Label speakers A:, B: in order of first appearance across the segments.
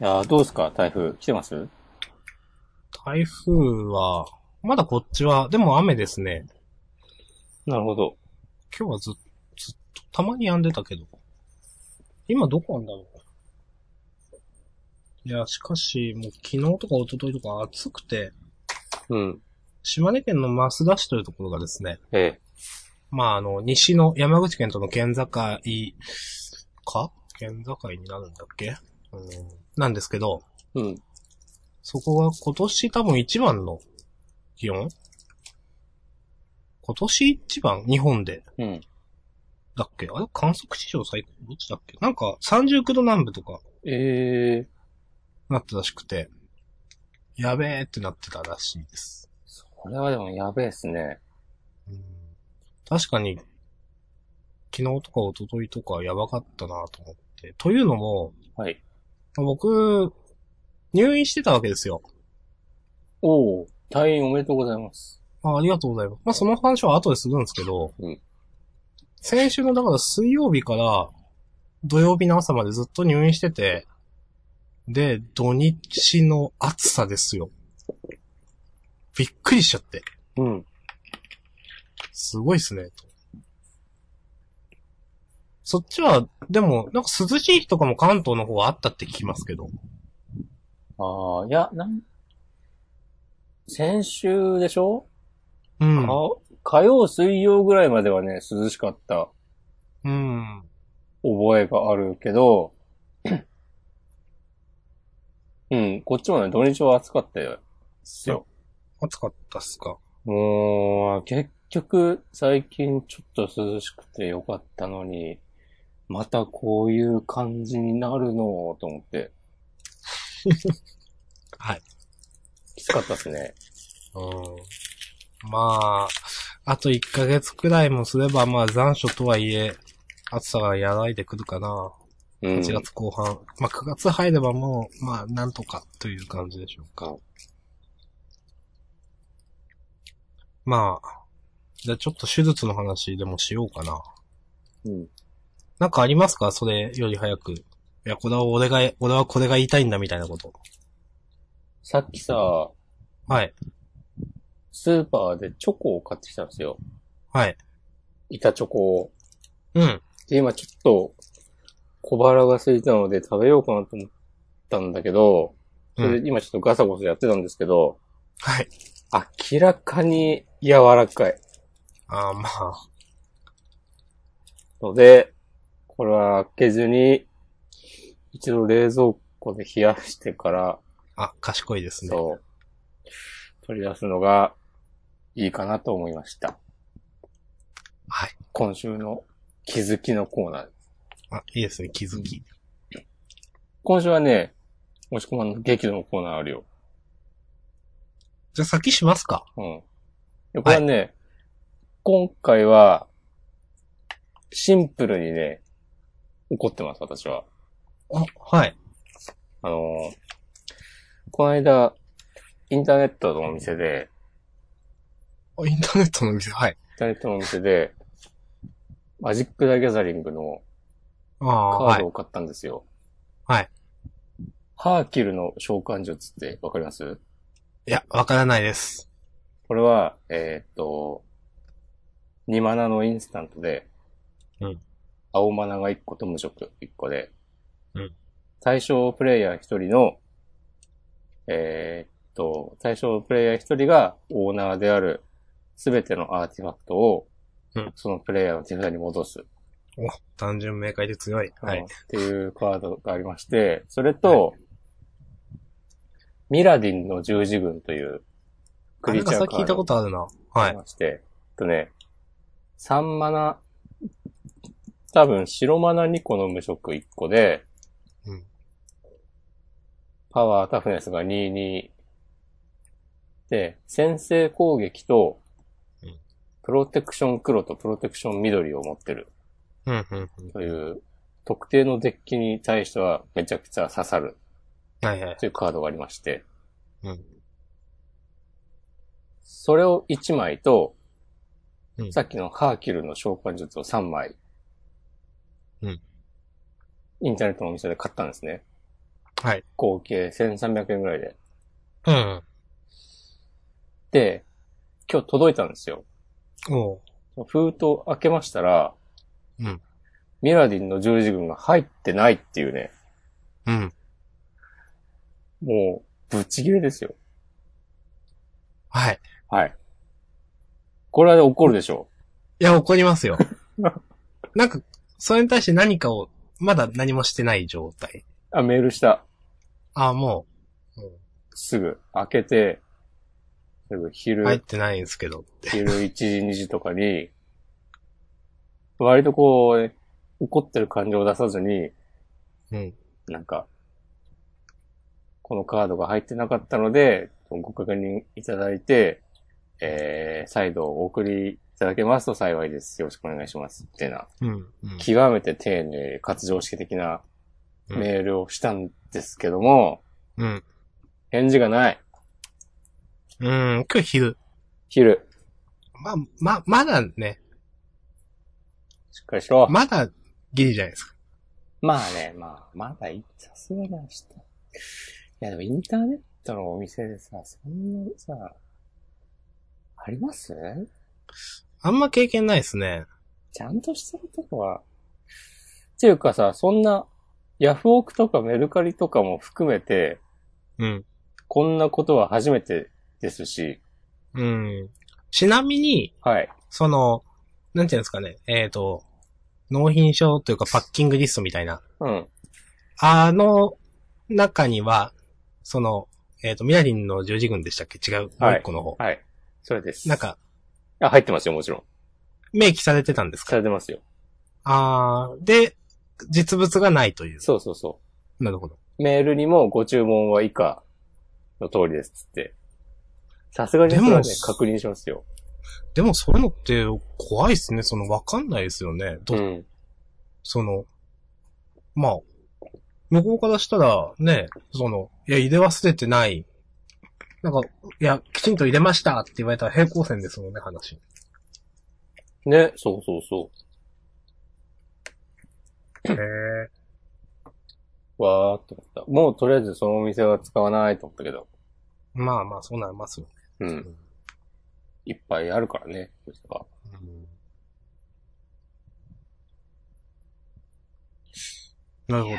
A: いやーどうですか台風。来てます
B: 台風は、まだこっちは、でも雨ですね。
A: なるほど。
B: 今日はずっずっと、たまに止んでたけど。今どこなんだろう。いや、しかし、もう昨日とか一昨日とか暑くて、
A: うん。
B: 島根県の増田市というところがですね、
A: え
B: まあ、あの、西の山口県との県境か県境になるんだっけうん。なんですけど、
A: え。うん。
B: そこが今年多分一番の気温今年一番日本で。
A: うん。
B: だっけあれ観測史上最高どっちだっけなんか39度南部とか
A: ええー、
B: なったらしくて、やべえってなってたらしいです。
A: これはでもやべえっすね。
B: うん確かに、昨日とか一昨日とかやばかったなと思って。というのも、
A: はい。
B: 僕、入院してたわけですよ。
A: おお退院おめでとうございます。
B: あありがとうございます。まあ、その話は後でするんですけど、
A: うん
B: 先週の、だから水曜日から土曜日の朝までずっと入院してて、で、土日の暑さですよ。びっくりしちゃって。
A: うん。
B: すごいっすね。とそっちは、でも、なんか涼しい日とかも関東の方はあったって聞きますけど。
A: ああ、いや、なん、先週でしょ、
B: うん。
A: か火曜、水曜ぐらいまではね、涼しかった
B: うん。
A: 覚えがあるけ ど、うん、こっちもね、土日は暑かったよ。よ
B: 暑かったっすか。
A: もう、結局、最近ちょっと涼しくてよかったのに、またこういう感じになるのと思って、
B: はい。
A: きつかったですね。
B: うん。まあ、あと1ヶ月くらいもすれば、まあ残暑とはいえ、暑さが和らいでくるかな。
A: うん。
B: 8月後半。まあ9月入ればもう、まあなんとかという感じでしょうか。まあ、じゃあちょっと手術の話でもしようかな。
A: うん。
B: なんかありますかそれより早く。いや、これは俺が、俺はこれが言いたいんだみたいなこと。
A: さっきさ、
B: はい。
A: スーパーでチョコを買ってきたんですよ。
B: はい。
A: 板チョコを。
B: うん。
A: で、今ちょっと小腹が空いたので食べようかなと思ったんだけど、それで今ちょっとガサゴサやってたんですけど、
B: はい。
A: 明らかに柔らかい
B: あーまあ、
A: ので、これは開けずに、一度冷蔵庫で冷やしてから、
B: あ、賢いですね。
A: そう、取り出すのがいいかなと思いました。
B: はい。
A: 今週の気づきのコーナーです。
B: あ、いいですね、気づき。
A: 今週はね、もしこまんの激怒のコーナーあるよ。
B: じゃあ先しますか。
A: うん。でこれはね、今回は、シンプルにね、怒ってます、私は。
B: あ、はい。
A: あのーこの間、インターネットのお店で、
B: あインターネットの店、は
A: イ
B: い。
A: ンターネットのお店で、マジック・ザ・ギャザリングの
B: あ
A: カ
B: あ、は
A: ー
B: い
A: ド。を買ったんですよ。
B: はい。
A: ハーキルの召喚術ってわかります
B: いや、わからないです。
A: これは、えーっと、2マナのインスタントで、
B: うん
A: 青マナが1個と無色1個で、
B: うん
A: 対象プレイヤー1人の、えーっと、対象プレイヤー1人がオーナーであるすべてのアーティファクトを、
B: うん
A: そのプレイヤーの手札に戻す、
B: お、単純明快で強い。は
A: っ
B: い。
A: ていうカードがありまして、それと、ミラディンの十字軍という
B: あ
A: ク
B: なん
A: リーチ
B: か
A: ャー
B: さ
A: カ
B: っ
A: ード
B: き聞いたことあるな。は
A: あり
B: い。
A: まして、えっとね、3マナ、多分白マナ2個の無色1個で、
B: うん
A: パワータフネスが22で、先制攻撃と
B: うん、
A: プロテクション黒とプロテクション緑を持ってる
B: うん、うん、うん。
A: という、特定のデッキに対してはめちゃくちゃ刺さる
B: はい、はい。
A: というカードがありまして、
B: うん。
A: それを1枚と、
B: うん
A: さっきのハーキルの召喚術を3枚、
B: うん
A: インターネットのお店で買ったんですね。
B: はい。
A: 合計1300円ぐらいで。
B: うん。
A: で、今日届いたんですよ。
B: おう。
A: 封筒開けましたら、
B: うん。
A: ミラディンの十字軍が入ってないっていうね、
B: うん。
A: もう、ぶっちぎれですよ。
B: はい。
A: はい。これは怒るでしょ
B: いや、怒りま すよ。なんか、それに対して何かを、まだ何もしてない状態。
A: う。あ、メールした。
B: あ、もう、も
A: すぐ開けて、すぐ
B: う
A: 昼、
B: 入ってないんですけど。
A: 昼1時、2時とかに、割とこう、怒ってる感情を出さずに、
B: うん。
A: なんか、このカードが入ってなかったので、ご確認いただいて、えー、再度お送りいただけますと幸いです。よろしくお願いします。ってな、
B: うん。うん
A: 極めて丁寧かつ常識的な
B: うん
A: メールをしたんですけども、
B: うん。
A: 返事がない。
B: うん、今日昼。
A: 昼、
B: まあ、ま、まだね、
A: しっかりしろ。ま
B: まだギリじゃないですか。
A: あね、まあ、まだいい、さすがに明日。いや、でもインターネットのお店でさ、そんなさ、あります
B: あんま経験ないですね。
A: ちゃんとしてるとこは、っていうかさ、そんな、ヤフオクとかメルカリとかも含めて、
B: うん。
A: こんなことは初めてですし、
B: うん。ちなみに、
A: はい。
B: その、なんていうんですかね、えっ、と、納品書というかパッキングリストみたいな。
A: うん。
B: あの中には、その、えっ、と、ミラリンの十字軍でしたっけ違う、も
A: はいう
B: 一個の方。
A: はい。それです。
B: なん、か、
A: あ、入ってますよ、もちろん。
B: 明記されてたんです
A: さ
B: か
A: れてますよ。
B: あー、で、実物がないという。
A: そうそうそ
B: なるほど。
A: う。メールにもご注文は以下の通りです、つって。さすがに
B: で
A: そ
B: も
A: れはね、確認しますよ。
B: でもそういうのって怖いですね。その、わかんないですよね。ど、
A: うん。
B: その、まあ、向こうからしたら、ね、その、いや、入れ忘れてない。なんか、いや、きちんと入れましたって言われたら平行線ですもんね、話。
A: ね、そうそうそ
B: へえ。
A: う。わーって思った。もうとりあえずそのお店は使わないと思ったけど。
B: まあまあ、そうなりますよ。
A: うん。いっぱいあるからね、そしたら
B: なるほど。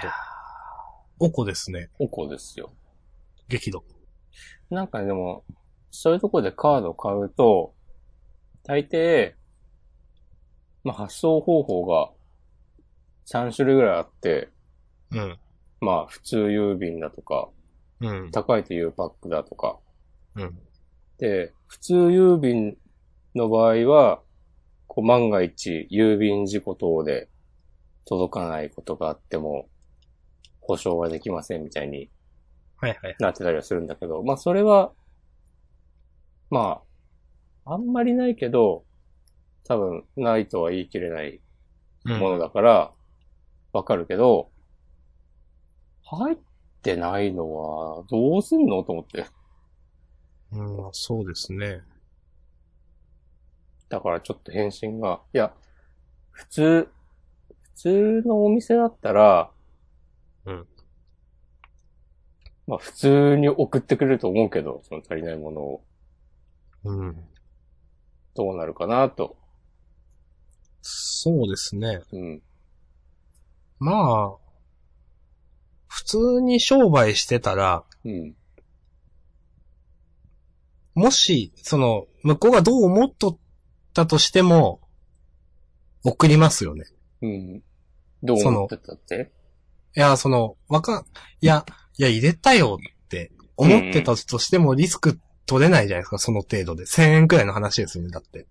B: おこですね。
A: おこですよ。
B: 激怒。
A: なんかでも、そういうところでカードを買うと、大抵、まあ発送方法が3種類ぐらいあって、
B: うん。
A: まあ普通郵便だとか、
B: うん。
A: 高いというパックだとか。
B: うん。
A: で、普通郵便の場合は、こう万が一郵便事故等で届かないことがあっても、保証はできませんみたいに
B: はいはい。
A: なってたりはするんだけど、まあそれは、まあ、あんまりないけど、多分ないとは言い切れないものだから、わかるけど、入ってないのはどうすんのと思って。
B: うん、そうですね。
A: だからちょっと返信が、いや、普通、普通のお店だったら、
B: うん。
A: まあ普通に送ってくれると思うけど、その足りないものを
B: うん。
A: どうなるかなと。
B: そうですね。
A: うん。
B: まあ、普通に商売してたら、
A: うん。
B: もし、その、向こうがどう思っとったとしても、送りますよね。
A: うん。どう思ってたって
B: いや、その、わかん、いや、いや、入れたよって思ってたとしてもリスク取れないじゃないですか、その程度で。1000円くらいの話ですよね、だって。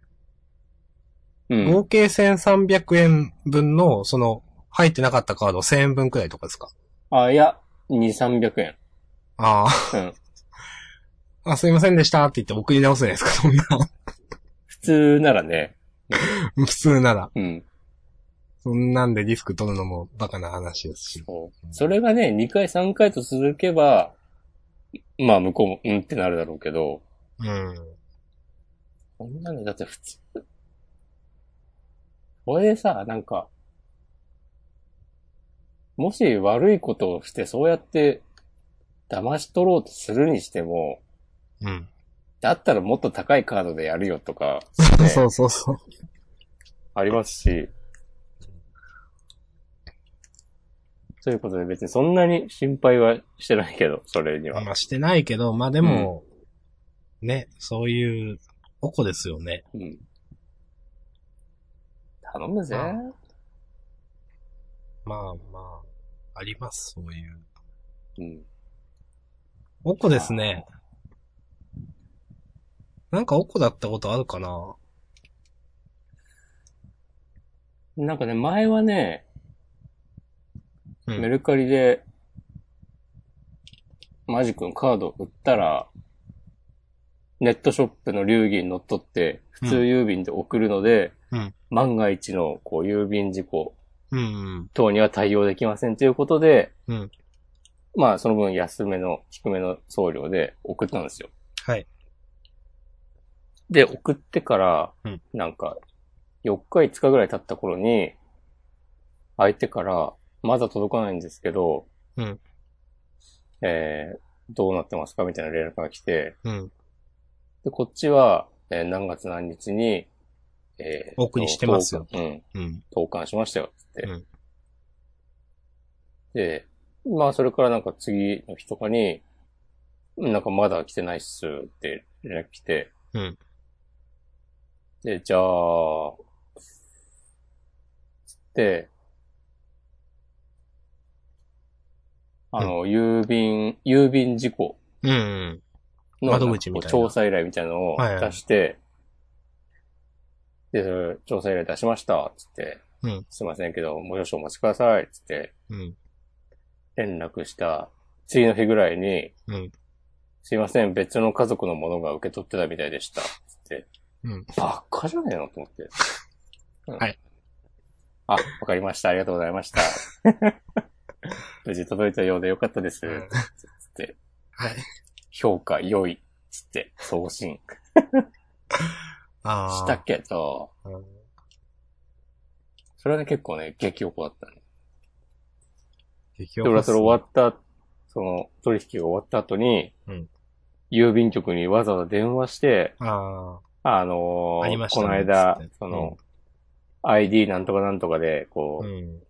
A: うん。
B: 合計1300円分の、その、入ってなかったカード1000円分くらいとかですか
A: あ、いや、2、300円。
B: あ
A: うん。
B: あ、あ、すいませんでしたって言って送り直すじゃないですか、そんな。
A: 普通ならね。
B: 普通なら。
A: うん。
B: そんなんでリスク取るのもバカな話ですし。
A: そうそれがね、2回、3回と続けば、まあ向こうも、うんってなるだろうけど、
B: うん。
A: こんなのだって普通。これでさ、なんか、もし悪いことをして、そうやって騙し取ろうとするにしても、
B: うん。
A: だったらもっと高いカードでやるよとか、
B: そうそうそう。
A: ありますし。ということで別にそんなに心配はしてないけど、それには。
B: まあしてないけど、まあでも、ね、そういう、おこですよね。
A: うん。頼むぜ。
B: ままあまあ、あります、そういう。
A: うん。
B: おこですね。なんかおこだったことあるかな
A: なんかね、前はね、
B: う
A: メ
B: ん。
A: ルカリで、マジ君カード売ったら、ネットショップの流儀に乗っ取って、普通郵便で送るので、
B: うん
A: 万が一のこう郵便事故
B: うん。
A: 等には対応できませんということで、
B: うん
A: まあその分安めの低めの送料で送ったんですよ。
B: はい。
A: で、送ってから、
B: うん
A: なんか、4日5日ぐらい経った頃に、相手から、まだ届かないんですけど、
B: うん
A: えー、どうなってますかみたいな連絡が来て、
B: うん。
A: で、こっちは、えー何月何日に、え
B: お送りしてますよ
A: 投函うん、
B: うん。
A: 投函しましたよ、つって。
B: うん
A: で、まあ、それからなんか次の日とかに、なんかまだ来てないっすって連絡来て、
B: うん
A: で、じゃあ、つって、あの、郵便、郵便事故
B: うんうん。
A: の
B: 窓口みたいな
A: 調査依頼みたいなのを
B: はいはい
A: 出して、で、それ調査依頼出しました、つって、
B: うん
A: すいませんけど、もう少々お待ちください、つって、
B: うん。
A: 連絡した次の日ぐらいに、
B: うん
A: すいません、別の家族のものが受け取ってたみたいでした、つって。
B: うん
A: バカじゃねえのと思って。うん
B: はい。
A: あ、わかりました。ありがとうございま した。無事届いたようでよかったです。
B: うん
A: つって、
B: はい。
A: 評価良い。つって、送信
B: ああ。
A: したけど、
B: うん
A: それはね結構ね、激おこだったね。
B: 激
A: で、
B: おこ
A: 俺は
B: っす
A: そ
B: ね
A: れ終わった、その取引が終わった後に、
B: うん
A: 郵便局にわざわざ電話して、
B: ああ。
A: あのー
B: ありました
A: この
B: ね
A: 間
B: つって、
A: その、ID なんとかなんとかで、こ
B: う
A: う、
B: ん。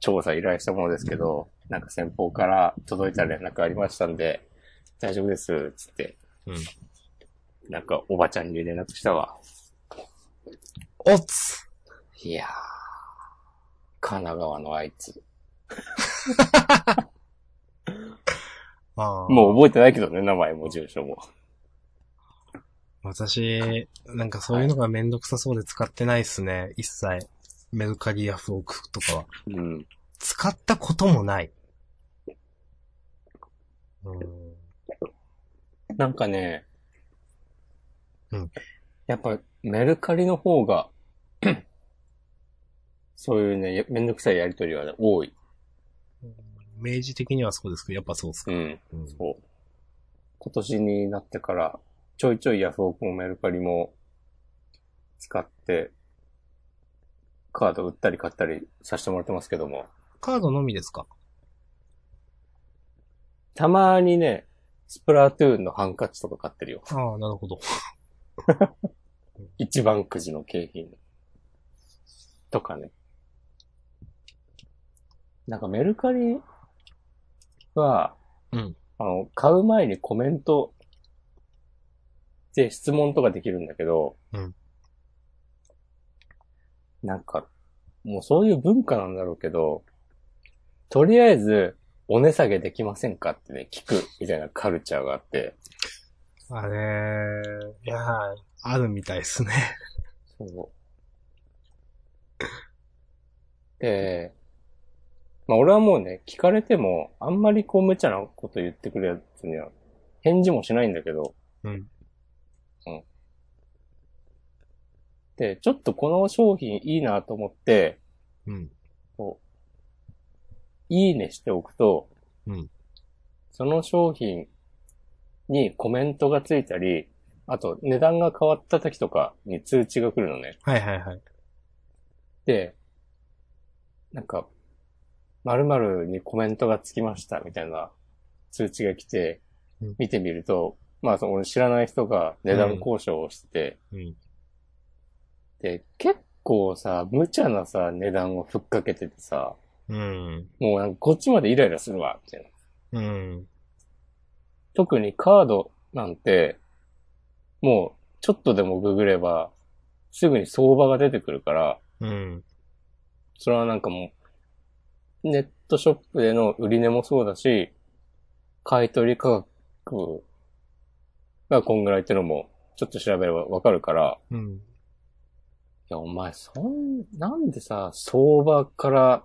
A: 調査依頼したものですけど、なんか先方から届いた連絡ありましたんで、大丈夫です、つって。
B: うん
A: なんか、おばちゃんに連絡したわ。
B: おつ
A: いやー、神奈川のあいつ。
B: ああ。
A: もう覚えてないけどね、名前も住所も。
B: 私、なんかそういうのがめんどくさそうで使ってないっすね。一切。メルカリやフオクとかは。
A: うん。
B: 使ったこともない。うん。
A: なんかね、
B: うん
A: やっぱ、メルカリの方が、 そういうね、やめんどくさいやりとりはね、多い。
B: 明示的にはそうですけど、やっぱそうっすか。
A: うん。
B: うん
A: そう。今年になってから、ちょいちょいヤフオクもメルカリも使って、カード売ったり買ったりさせてもらってますけども、
B: カードのみですか
A: たまにね、スプラトゥーンのハンカチとか買ってるよ。
B: ああ、なるほど。
A: 一番くじの景品。とかね。なんかメルカリは、
B: うん
A: あの、買う前にコメントで質問とかできるんだけど、
B: うん
A: なんか、もうそういう文化なんだろうけど、とりあえず、お値下げできませんかってね、聞くみたいなカルチャーがあって、
B: あれー、いやーあるみたいですね。
A: そう。で、まあ俺はもうね、聞かれても、あんまりこう無茶なこと言ってくるやつには、返事もしないんだけど、
B: うん。
A: うん。で、ちょっとこの商品いいなと思って、
B: うん。
A: こう、いいねしておくと、
B: うん
A: その商品にコメントがついたり、あと値段が変わった時とかに通知が来るのね。
B: はいはいはい。
A: で、なんか、〇〇にコメントがつきましたみたいな通知が来て
B: うん、
A: 見てみると、まあ、その俺知らない人が値段交渉をしてて、
B: うん。
A: で、結構さ、無茶なさ、値段をふっかけててさ、
B: うん。
A: もうなんかこっちまでイライラするわ、みたいな。
B: うん。
A: 特にカードなんて、もうちょっとでもググれば、すぐに相場が出てくるから、
B: うん。
A: それはなんかもう、ネットショップでの売り値もそうだし、買い取り価格がこんぐらいってのも、ちょっと調べればわかるから、
B: うん。
A: いや、お前、そん、なんでさ、相場から、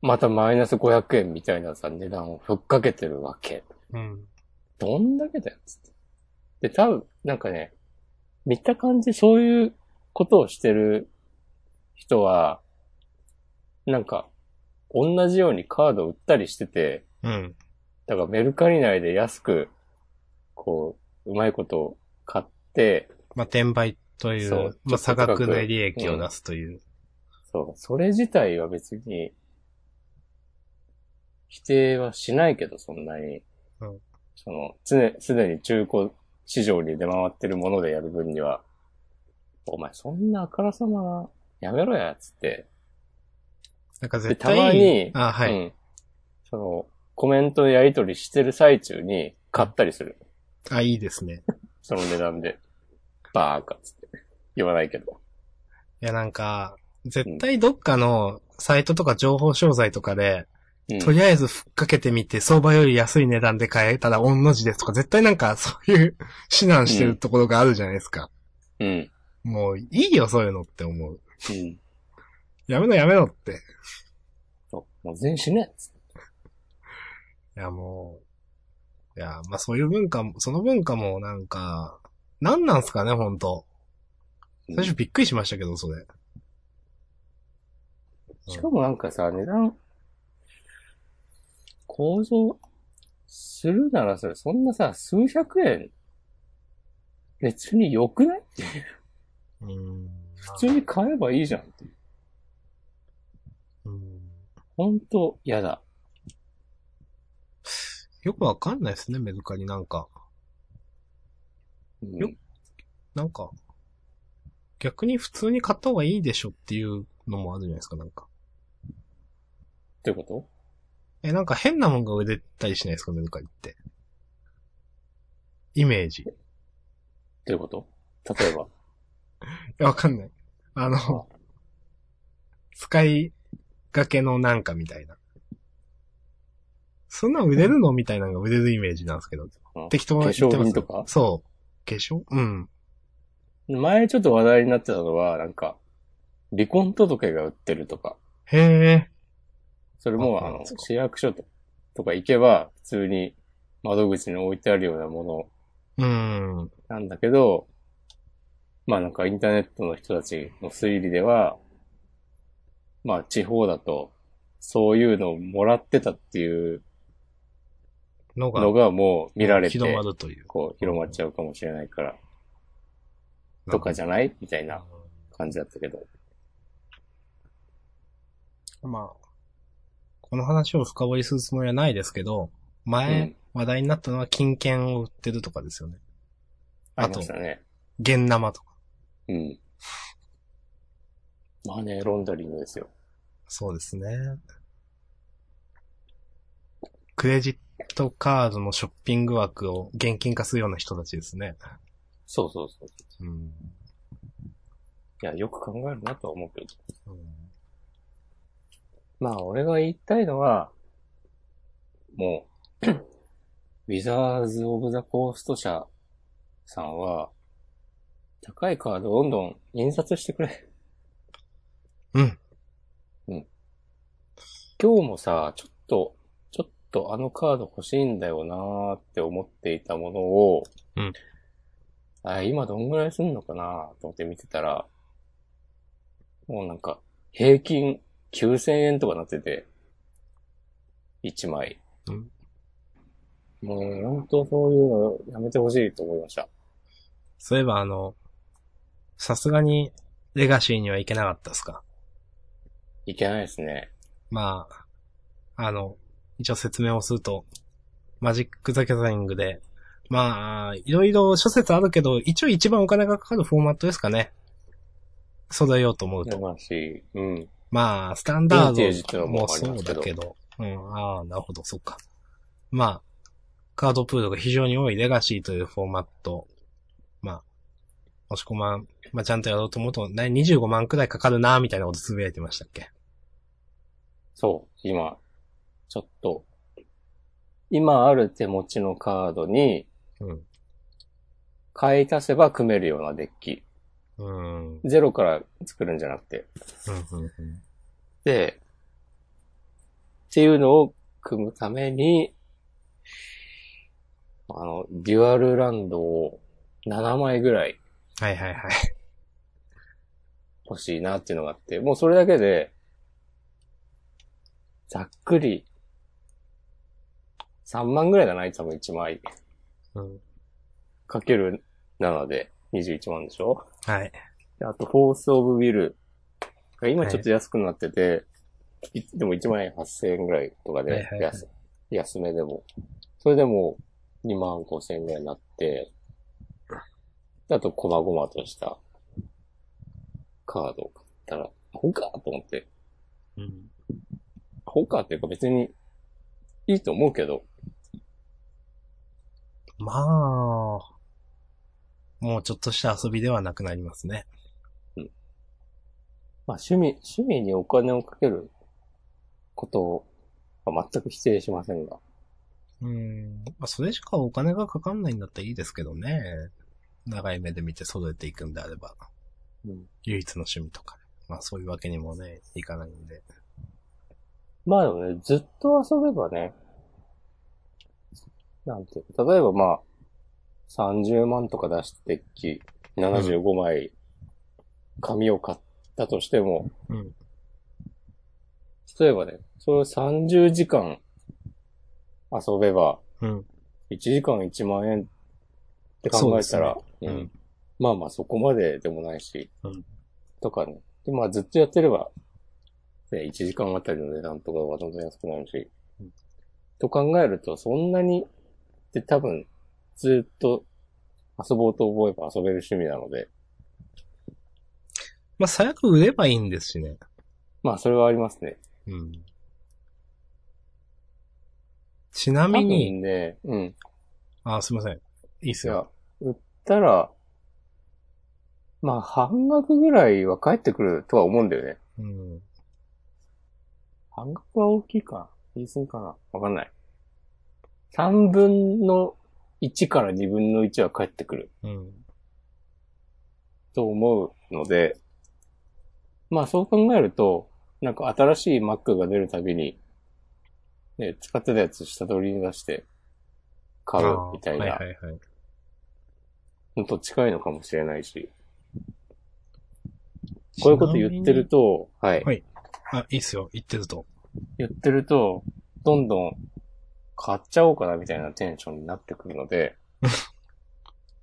A: またマイナス500円みたいなさ、値段をふっかけてるわけ。
B: うん。
A: どんだけだよ、つって。で、多分、なんかね、見た感じ、そういうことをしてる人は、なんか、同じようにカード売ったりしてて、
B: うん。
A: だからメルカリ内で安く、こう、うまいことを買って、
B: まあ、転売とい
A: そう
B: う、
A: ちょ
B: まあ、
A: っと
B: 差
A: 高く
B: 額で利益を出すという。
A: そう、それ自体は別に、否定はしないけど、そんなに。
B: うん
A: その、常すでに中古市場に出回ってるものでやる分には、お前そんなあからさまな、やめろや、つって。
B: なんか絶
A: でたまに
B: 対、あ、は
A: う
B: い。
A: ん。その、コメントでやり取りしてる最中に買ったりする。
B: あ、いいです ね。
A: その値段で。バーカ、つって。言わないけど。
B: いや、なんか、絶対どっかのサイトとか情報商材とかで、
A: うん
B: とりあえずふっかけてみて、相場より安い値段で買えたら、御の字ですとか、絶対なんかそう いう指南してるところがあるじゃないですか。
A: うん。
B: もういいよ、そういうのって思う。
A: うん。
B: やめろやめろって。
A: そう。もう全死ね、つって。
B: いや、もう、いや、まあそういう文化も、その文化もなんか、なんなんすかね、ほんと。最初びっくりしましたけど、それ。
A: しかもなんかさ、値段、構造するならそれ、そんなさ、数百円、別に良くない
B: うん。
A: 普通に買えばいいじゃんって。
B: うん
A: ほんと、嫌だ。
B: よくわかんないですね、メルカリなんか。
A: うん
B: よなんか、逆に普通に買った方がいいでしょっていうのもあるじゃないですか、なんか。
A: ってこと
B: え、なんか変なもんが売れたりしないですか、メルカリって。イメージ。い
A: ってこと例えば。
B: や、わかんない。あの、使いがけのなんかみたいな。そんなん売れるのみたいなのが売れるイメージなんですけど
A: うん。
B: 適当な
A: 化粧
B: 言ってま
A: 品
B: す
A: とか
B: そう。化粧うん。
A: 前ちょっと話題になってたのは、なんか、離婚届が売ってるとか。
B: へえ。
A: それも、
B: あ
A: あ
B: そうなん
A: の
B: です、か
A: 市役所ととか行けば、普通に窓口に置いてあるようなもの
B: うん。
A: なんだけど、まあなんかインターネットの人たちの推理では、まあ地方だと、そういうのをもらってたっていう
B: のが
A: の、がもう見られて、
B: 広まるという。
A: こう広まっちゃうかもしれないから、とかじゃないみたいな感じだったけど。
B: まあ、この話を深掘りするつもりはないですけど、前、
A: うん
B: 話題になったのは金券を売ってるとかですよね。
A: あ
B: あ
A: り
B: と
A: まし、たね。
B: 現生とか。
A: うん。マネーロンダリングですよ。
B: そうですね。クレジットカードのショッピング枠を現金化するような人たちですね。
A: そうそうそう。
B: うん。
A: いや、よく考えるなとは思うけど。
B: うん
A: まあ、俺が言いたいのは、も う、ウィザーズ・オブ・ザ・コースト社さんは、高いカードをどんどん印刷してくれ。
B: うん。
A: うん。今日もさ、ちょっと、ちょっとあのカード欲しいんだよなーって思っていたものを、
B: うん
A: あ、今どんぐらいすんのかなーと思って見てたら、もうなんか、平均9000円とかなってて、1枚。
B: うん
A: もう、本当そういうのやめてほしいと思いました。
B: そういえばあの、さすがにレガシーにはいけなかったですか
A: いけないですね。
B: まあ、あの、一応説明をすると、マジック・ザ・ギャザリングで。まあ、いろいろ諸説あるけど、一応一番お金がかかるフォーマットですかね。揃えようと思うと。
A: まあし、うん。
B: まあ、スタンダ
A: ヴィンテージっ
B: ー
A: ての
B: ド
A: も
B: も
A: あり
B: そ
A: ま
B: う
A: すけ
B: だ
A: ど
B: けど、うん、ああ、なるほど、そっか。まあ、カードプールが非常に多いレガシーというフォーマット。まあ、もしこまん、まあちゃんとやろうと思うと、ね、25万くらいかかるな、みたいなことつぶやいてましたっけ
A: そう、今、ちょっと、今ある手持ちのカードに、
B: うん。
A: 買い足せば組めるようなデッキ。
B: うん。うん、
A: ゼロから作るんじゃなくて。
B: うん、
A: で、っていうのを組むために、あの、デュアルランドを7枚ぐらい
B: はいはいはい。
A: 欲しいなっていうのがあって、もうそれだけで、ざっくり、3万ぐらいだな、いつも1枚。
B: うん。
A: かける7で21万でしょ
B: はい。
A: であと、フォースオブビルが今ちょっと安くなってて、いでも1万円8000円ぐらいとかで、
B: はいはいはい
A: 安安めでも。それでも2万5000円ぐらいになって、であと、こまごまとしたカードを買ったら、ほかと思って。
B: うん。
A: ほかっていうか別にいいと思うけど、
B: まあ、もうちょっとした遊びではなくなりますね。
A: まあ趣味、趣味にお金をかけることを、まあ全く否定しませんが。
B: うん。まあ、それしかお金がかかんないんだったらいいですけどね。長い目で見て揃えていくんであれば。
A: うん
B: 唯一の趣味とか。まあ、そういうわけにもね、いかないんで。
A: まあでもね、ずっと遊べばね、なんていうか、例えばまあ、30万とか出してっき、75枚、紙を買ったとしても、
B: うん
A: 例えばね、それを30時間遊べば、
B: うん。
A: 1時間1万円って考えたら
B: そ、ね
A: うんまあまあそこまででもないし、
B: うん
A: とかね。で、まあずっとやってれば、ね、1時間あたりの値段とかはどんどん安くなるし、
B: うん
A: と考えるとそんなに、で多分ずっと遊ぼうと思えば遊べる趣味なので、
B: まあ、最悪売ればいいんですしね。
A: まあそれはありますね。
B: うん。ちなみ
A: 多
B: に、
A: 分ね、うん。
B: あ、すいません。いいっす
A: い
B: よ。
A: や、売ったら、まあ半額ぐらいは返ってくるとは思うんだよね。
B: うん。
A: 半額は大きいか。言い過ぎかな。わかんない。三分の一から二分の一は返ってくる
B: うん。
A: と思うので、まあそう考えると、なんか新しい Mac が出るたびに、ね、使ってたやつ下取りに出して買うみたい
B: あー
A: な
B: はいはいはい。
A: のと近いのかもしれないし、こういうこと言ってると、はい。
B: はいあ、いいっすよ。言ってると。
A: 言ってると、どんどん買っちゃおうかなみたいなテンションになってくるの で、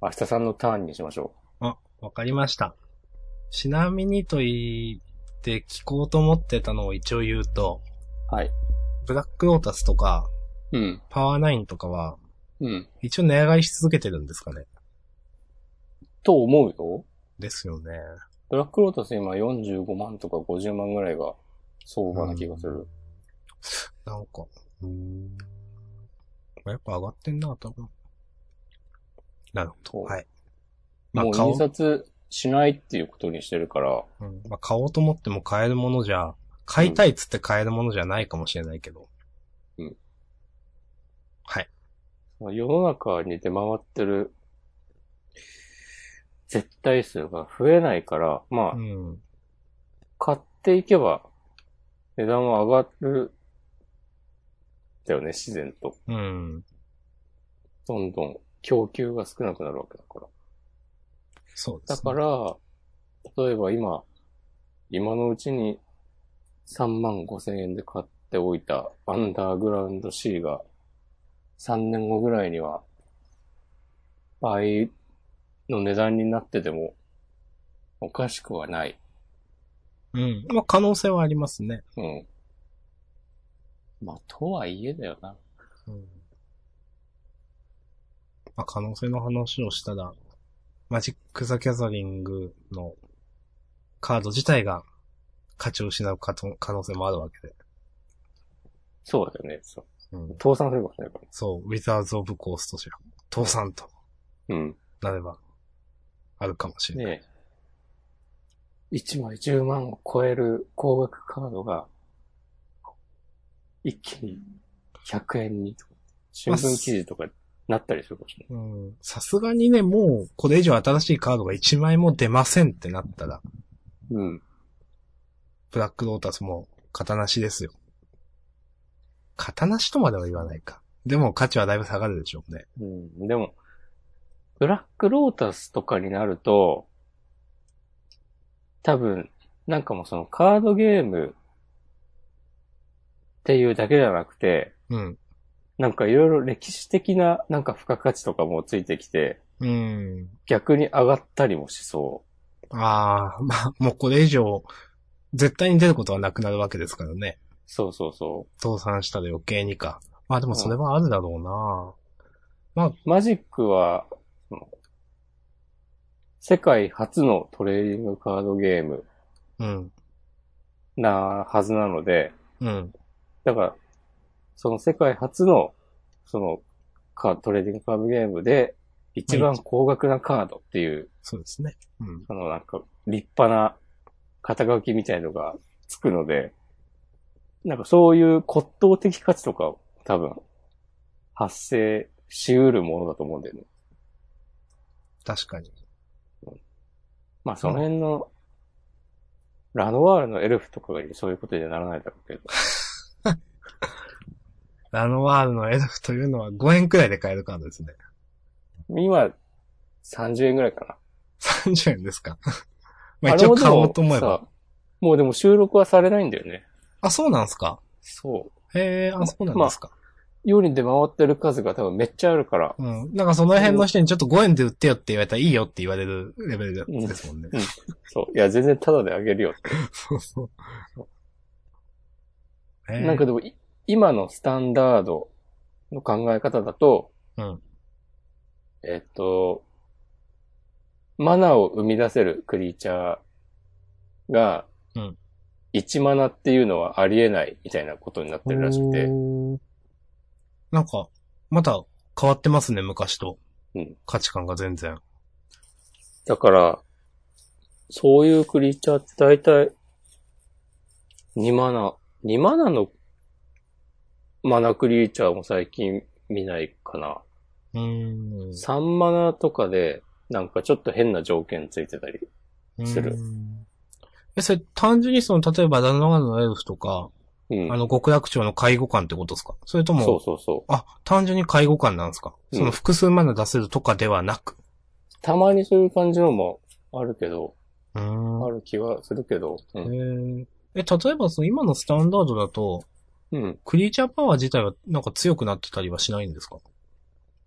A: 明日さんのターンにしましょ
B: あ、わかりました。ちなみにと言って聞こうと思ってたのを一応言うと、
A: う。はい。
B: ブラックロータスとか、
A: うん。
B: パワーナインとかは、
A: うん。
B: 一応値上がりし続けてるんですかね。
A: と思うよ。
B: ですよね。
A: ブラックロータス今45万とか50万ぐらいが相場な気がする。
B: なんか、うーん。やっぱ上がってんな、多分。なるほど。
A: そう
B: はい。まあ
A: もう
B: 買おう
A: 印刷しないっていうことにしてるから、
B: うんまあ、買おうと思っても買えるものじゃ、買いたいっつって買えるものじゃないかもしれないけど。
A: うん。
B: はい。
A: まあ世の中に出回ってる絶対数が増えないから、まあ
B: う、ん。
A: 買っていけば値段は上がる、だよね、自然と。
B: うん。
A: どんどん供給が少なくなるわけだから。
B: そうです、
A: だ
B: ね。
A: から、例えば今、今のうちに3万5千円で買っておいたアンダーグラウンド C が3年後ぐらいには倍の値段になっててもおかしくはない。
B: うん。まあ、可能性はありますね。
A: うん。まあ、とはいえだよな。
B: うん。まあ、可能性の話をしたら、マジック・ザ・ギャザリングのカード自体が価値を失うかと可能性もあるわけで。
A: そうだよね。そう
B: うん。
A: 倒産するかもしれないか
B: そう、ウィザーズ・オブ・コーストじゃん。倒産と
A: ら。うん。
B: なれば、あるかもしれない。
A: ねえ。1枚10万を超える高額カードが、一気に100円にとか、新聞記事とかなったりするかもしれない。
B: うん。さすがにね、もう、これ以上新しいカードが1枚も出ませんってなったら、
A: うん。
B: ブラックロータスも、型なしですよ。型なしとまでは言わないか。でも価値はだいぶ下がるでしょうね。
A: うん。でも、ブラックロータスとかになると、多分、なんかもうそのカードゲームっていうだけじゃなくて、
B: うん。
A: なんかいろいろ歴史的ななんか付加価値とかもついてきて、
B: うん。
A: 逆に上がったりもしそう。
B: ああ、まあ、もうこれ以上、絶対に出ることはなくなるわけですからね。
A: そうそうそ
B: 倒産したら余計にか。まあでもそれはあるだろうな、
A: う。マジックは、その世界初のトレーディングカードゲーム
B: うん。
A: なはずなので、
B: うん。
A: だから、その世界初の、その、カトレーディングカードゲームで、一番高額なカードっていう、
B: そうですね。うん。
A: そのなんか、立派な肩書きみたいのがつくので、なんかそういう骨董的価値とかを多分、発生し得るものだと思うんだよね。
B: 確かに。
A: まあ、その辺の、ラノワールのエルフとかがそういうことにはならないだろうけど。
B: ラノワールのエルフというのは5円くらいで買えるカードですね。
A: 今、30円ぐらいか
B: 30円ですか。
A: な。
B: まあ一応
A: れ
B: 買
A: もでも
B: おうと思えば。
A: さ。もうでも収録はされないんだよね。
B: あ、そうなんですか
A: そう。
B: へえ、あ、そうなんですか、
A: 世に出回ってる数が多分めっちゃあるから。
B: うん。なんかその辺の人にちょっと5円で売ってよって言われたらいいよって言われるレベルですもんね。
A: そう。いや、全然タダであげるよって。
B: そうそう。えー
A: なんかでもい、今のスタンダードの考え方だと、
B: うん
A: えっと、マナーを生み出せるクリーチャーが、
B: うん
A: 1マナっていうのはありえないみたいなことになってるらしくて、
B: おーなんか、また変わってますね、昔と。
A: うん
B: 価値観が全然。
A: だから、そういうクリーチャーって大体、2マナ、2マナのマナクリーチャーも最近見ないかな。
B: うーん。
A: 3マナとかで、なんかちょっと変な条件ついてたり。する
B: うーん。え、それ、単純にその、例えば、ラノワールのエルフとか、
A: うん
B: あ。の、極楽町の介護官ってことですかそれとも、
A: そうそうそう。
B: あ、単純に介護官なんですか、
A: うん
B: その、複数マナ出せるとかではなく。
A: たまにそういう感じのもあるけど、
B: うーん
A: あ。る気はするけど、う
B: え
A: ん。
B: ーえ、例えば、その、今のスタンダードだと、
A: うん。
B: クリーチャーパワー自体は、なんか強くなってたりはしないんですか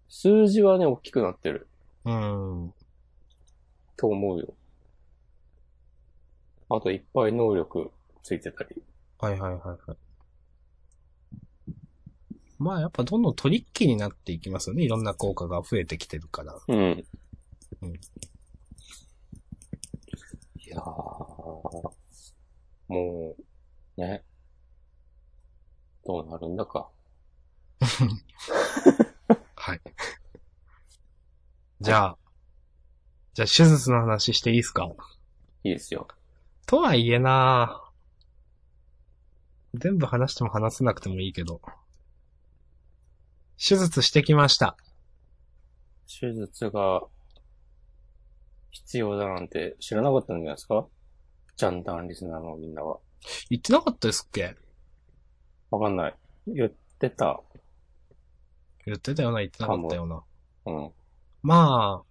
A: 数字はね、大きくなってる
B: うーん。
A: と思うよ。あといっぱい能力ついてたり。
B: はいはいはいはい。まあやっぱどんどんトリッキーになっていきますよね。いろんな効果が増えてきてるから。
A: うん。
B: うん
A: いやー、もう、ね。どうなるんだか。
B: はい。 じゃあ、じゃあ手術の話していいですか
A: いいですよ。
B: とはいえな全部話しても話せなくてもいいけど。手術してきました。
A: 手術が必要だなんて知らなかったんじゃないですかジャンダンリスナーのみんなは。
B: 言ってなかったですっけ
A: わかんない。言ってた。
B: 言ってたような言ってなかったような。
A: うん。
B: まあ、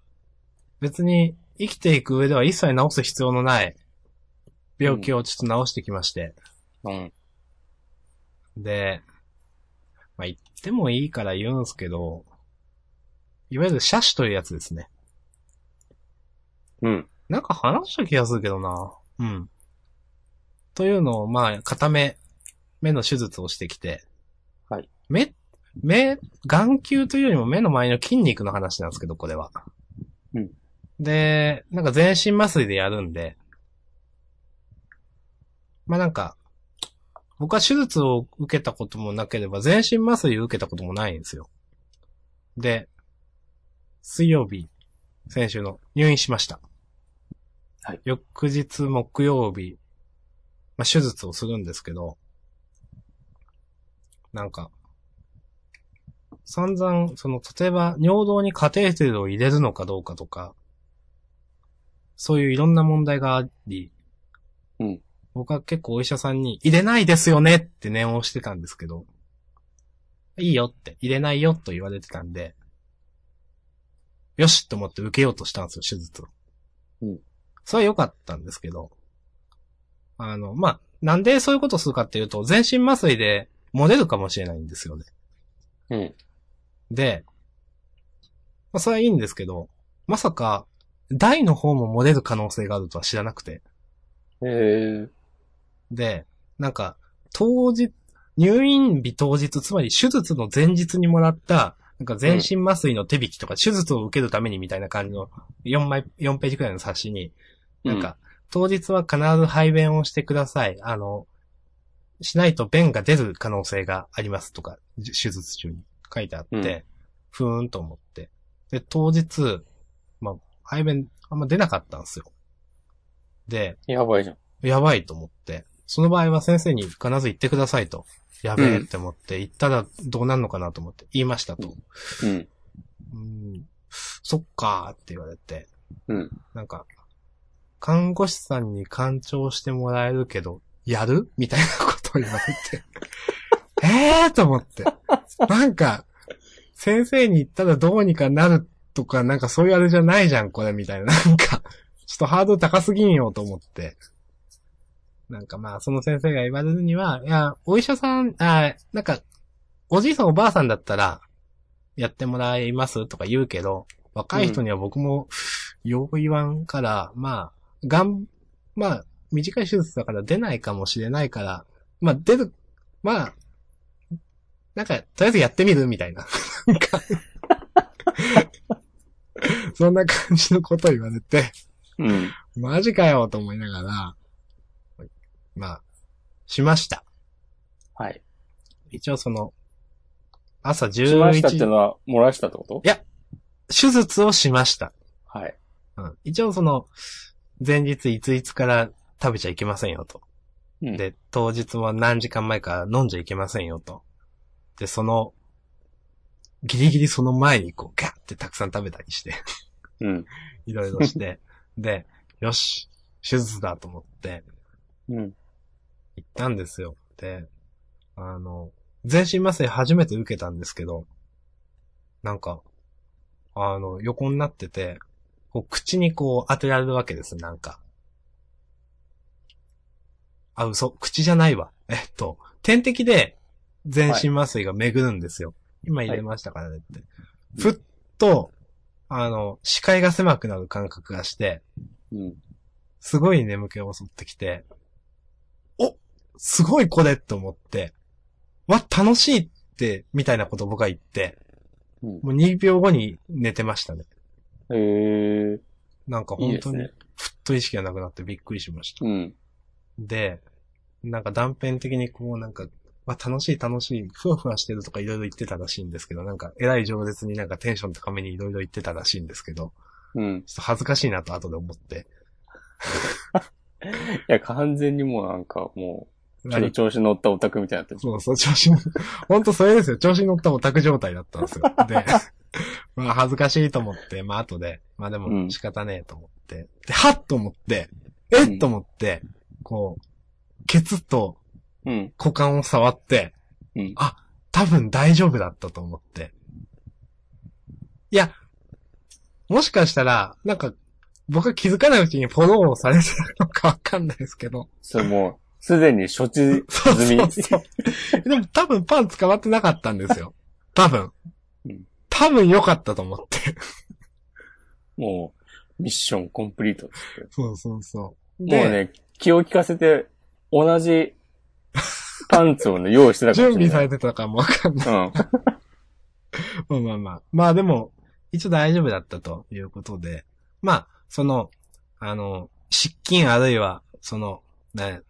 B: 別に生きていく上では一切治す必要のない病気をちょっと治してきまして。
A: うん。
B: で、まあ言ってもいいから言うんすけど、いわゆるシャシというやつですね。
A: うん。
B: なんか話した気がするけどな。うん。というのを、まあ、片目、目の手術をしてきて。
A: はい。
B: 目、目、眼球というよりも目の周りの筋肉の話なんですけど、これは。
A: うん。
B: で、なんか全身麻酔でやるんで、まあなんか、僕は手術を受けたこともなければ、全身麻酔を受けたこともないんですよ。で、水曜日、先週の入院しました。
A: はい。
B: 翌日木曜日、まあ、手術をするんですけど、なんか、散々、その、例えば、尿道にカテーテルを入れるのかどうかとか、そういういろんな問題があり、
A: うん
B: 僕は結構お医者さんに、入れないですよねって念を押してたんですけど、いいよって、入れないよと言われてたんで、よしと思って受けようとしたんですよ、手術を。
A: うん。
B: それは良かったんですけど、あの、まあ、なんでそういうことするかっていうと、全身麻酔で漏れるかもしれないんですよね。
A: うん。
B: で、まあ、それはいいんですけど、まさか、台の方も漏れる可能性があるとは知らなくて。
A: えー、
B: で、なんか、当日、入院日当日、つまり手術の前日にもらった、なんか全身麻酔の手引きとか、手術を受けるためにみたいな感じの4枚、4ページくらいの冊子に、なんか、当日は必ず排便をしてください。あの、しないと便が出る可能性がありますとか、じ手術中に書いてあって、
A: うん
B: ふーんと思って。で、当日、まあ、排便あんま出なかったんですよ。で、
A: やばいじゃん。
B: やばいと思って、その場合は先生に必ず行ってくださいと。やべえって思って、行ったらどうなるのかなと思って、言いましたと。
A: うん。
B: うん、そっかーって言われて。
A: うん。
B: なんか、看護師さんに干潮してもらえるけど、やるみたいなことを言われて。えーと思って。なんか、先生に言ったらどうにかなるとか、なんかそういうあれじゃないじゃん、これ、みたいな。なんか、ちょっとハードル高すぎんよと思って。なんかまあ、その先生が言われるには、いや、お医者さん、あなんか、おじいさんおばあさんだったら、やってもらいますとか言うけど、若い人には僕も、よう言わんから、まあ、がん、まあ、短い手術だから出ないかもしれないから、まあ出る、まあ、なんか、とりあえずやってみるみたいな。なんかそんな感じのこと言われて、
A: うん。
B: マジかよと思いながら、まあ、しました。
A: はい。
B: 一応その、朝
A: しましたって
B: 11
A: のは漏らしたってこと
B: 手術をしました。
A: はい。
B: うん、一応その、前日いついつから食べちゃいけませんよと。
A: うん。
B: で、当日は何時間前から飲んじゃいけませんよと。で、その、ギリギリその前にこう、ガッってたくさん食べたりして、
A: うん。
B: いろいろして、で、よし、手術だと思って、
A: うん。
B: 行ったんですよ。で、あの、全身麻酔初めて受けたんですけど、なんか、あの、横になってて、こう口にこう当てられるわけです、なんか。あ、嘘、口じゃないわ。えっと、点滴で全身麻酔が巡るんですよ。今入れましたからねって。ふっと、あの、視界が狭くなる感覚がして、
A: うん。
B: すごい眠気が襲ってきて、おすごいこれって思って、わ、楽しいって、みたいなことを僕は言って、
A: うん。
B: もう2秒後に寝てましたね。
A: えー、
B: なんか
A: いい
B: 本
A: です
B: 当に
A: ね、。
B: ふっと意識がなくなってびっくりしました。
A: うん。
B: で、なんか断片的にこうなんか、わ、楽しい楽しい、ふわふわしてるとかいろいろ言ってたらしいんですけど、なんか偉い情熱になんかテンション高めにいろいろ言ってたらしいんですけど、
A: うん。
B: ちょっと恥ずかしいなと後で思って、
A: いや、完全にもうなんかもう、ちょっと調子乗ったオタクみたいになってる。
B: そうそう、調子の、 ほんとそれですよ。調子に乗ったオタク状態だったんですよ。 で、まあ恥ずかしいと思って、まあ後で、まあで
A: う
B: も
A: ん
B: 仕方ねえと思って、で、はっと思って、え
A: う
B: っ
A: ん
B: と思って、こう、ケツと
A: うん。
B: 股間を触って、
A: うん
B: あ、多分大丈夫だったと思って。いや、もしかしたら、なんか、僕は気づかないうちにフォローをされてたのかわかんないですけど、
A: それもう、すでに処置
B: そう
A: 済み。
B: そうそう。 でも多分パン捕まってなかったんですよ。多分
A: うん。
B: 多分良かったと思って。
A: もう、ミッションコンプリートですけど
B: そうそうそう。
A: もう
B: で、
A: ね、気を利かせて、同じパンツをね、用意してたかも
B: 準
A: しれ
B: 備さ
A: ない。
B: れてたかもわかんない。
A: 備され
B: まあまあまあ。まあでも、一応大丈夫だったということで。まあ、その、あの、失禁あるいは、その、ね、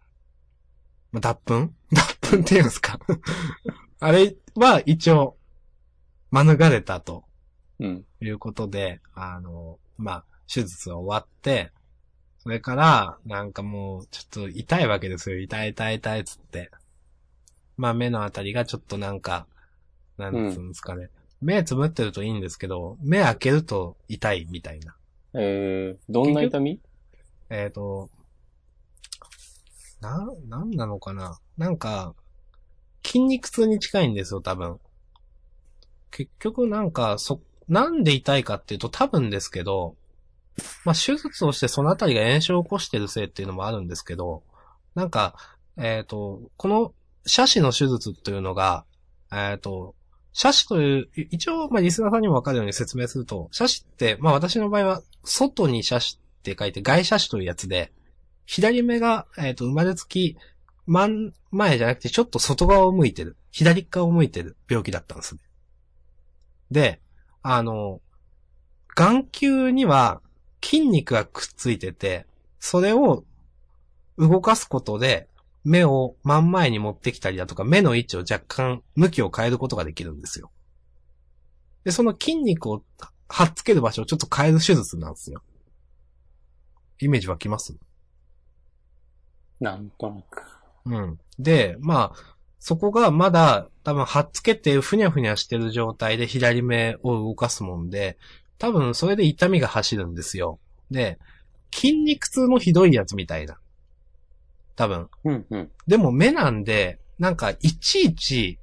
B: まあ、脱粉 脱粉って言うんですか あれは一応、免れたと
A: うん。
B: いうことで、あの、まあ、手術は終わって、それから、なんかもう、ちょっと痛いわけですよ。痛い痛い痛いっつって。まあ、目のあたりがちょっとなんか、なんつうんですかね。目つぶってるといいんですけど、目開けると痛いみたいな。
A: えー、どんな痛み
B: えっ、と、な、なんなのかななんか、筋肉痛に近いんですよ、多分。結局なんか、そ、なんで痛いかっていうと多分ですけど、まあ、手術をしてそのあたりが炎症を起こしてるせいっていうのもあるんですけど、なんか、えっ、と、この、斜視の手術というのが、えっ、と、斜視という、い一応、まあ、リスナーさんにもわかるように説明すると、斜視って、まあ、私の場合は、外に斜視って書いて、外斜視というやつで、左目が、えっ、と、生まれつき、真ん前じゃなくて、ちょっと外側を向いてる。左側を向いてる病気だったんですね。で、あの、眼球には筋肉がくっついてて、それを動かすことで、目を真ん前に持ってきたりだとか、目の位置を若干向きを変えることができるんですよ。で、その筋肉をはっつける場所をちょっと変える手術なんですよ。イメージ湧きます
A: なんとなく。
B: うん。で、まあ、そこがまだ、多分、はっつけて、ふにゃふにゃしてる状態で左目を動かすもんで、多分、それで痛みが走るんですよ。で、筋肉痛もひどいやつみたいな。多分。
A: うん、うん。
B: でも、目なんで、なんか、いちいち、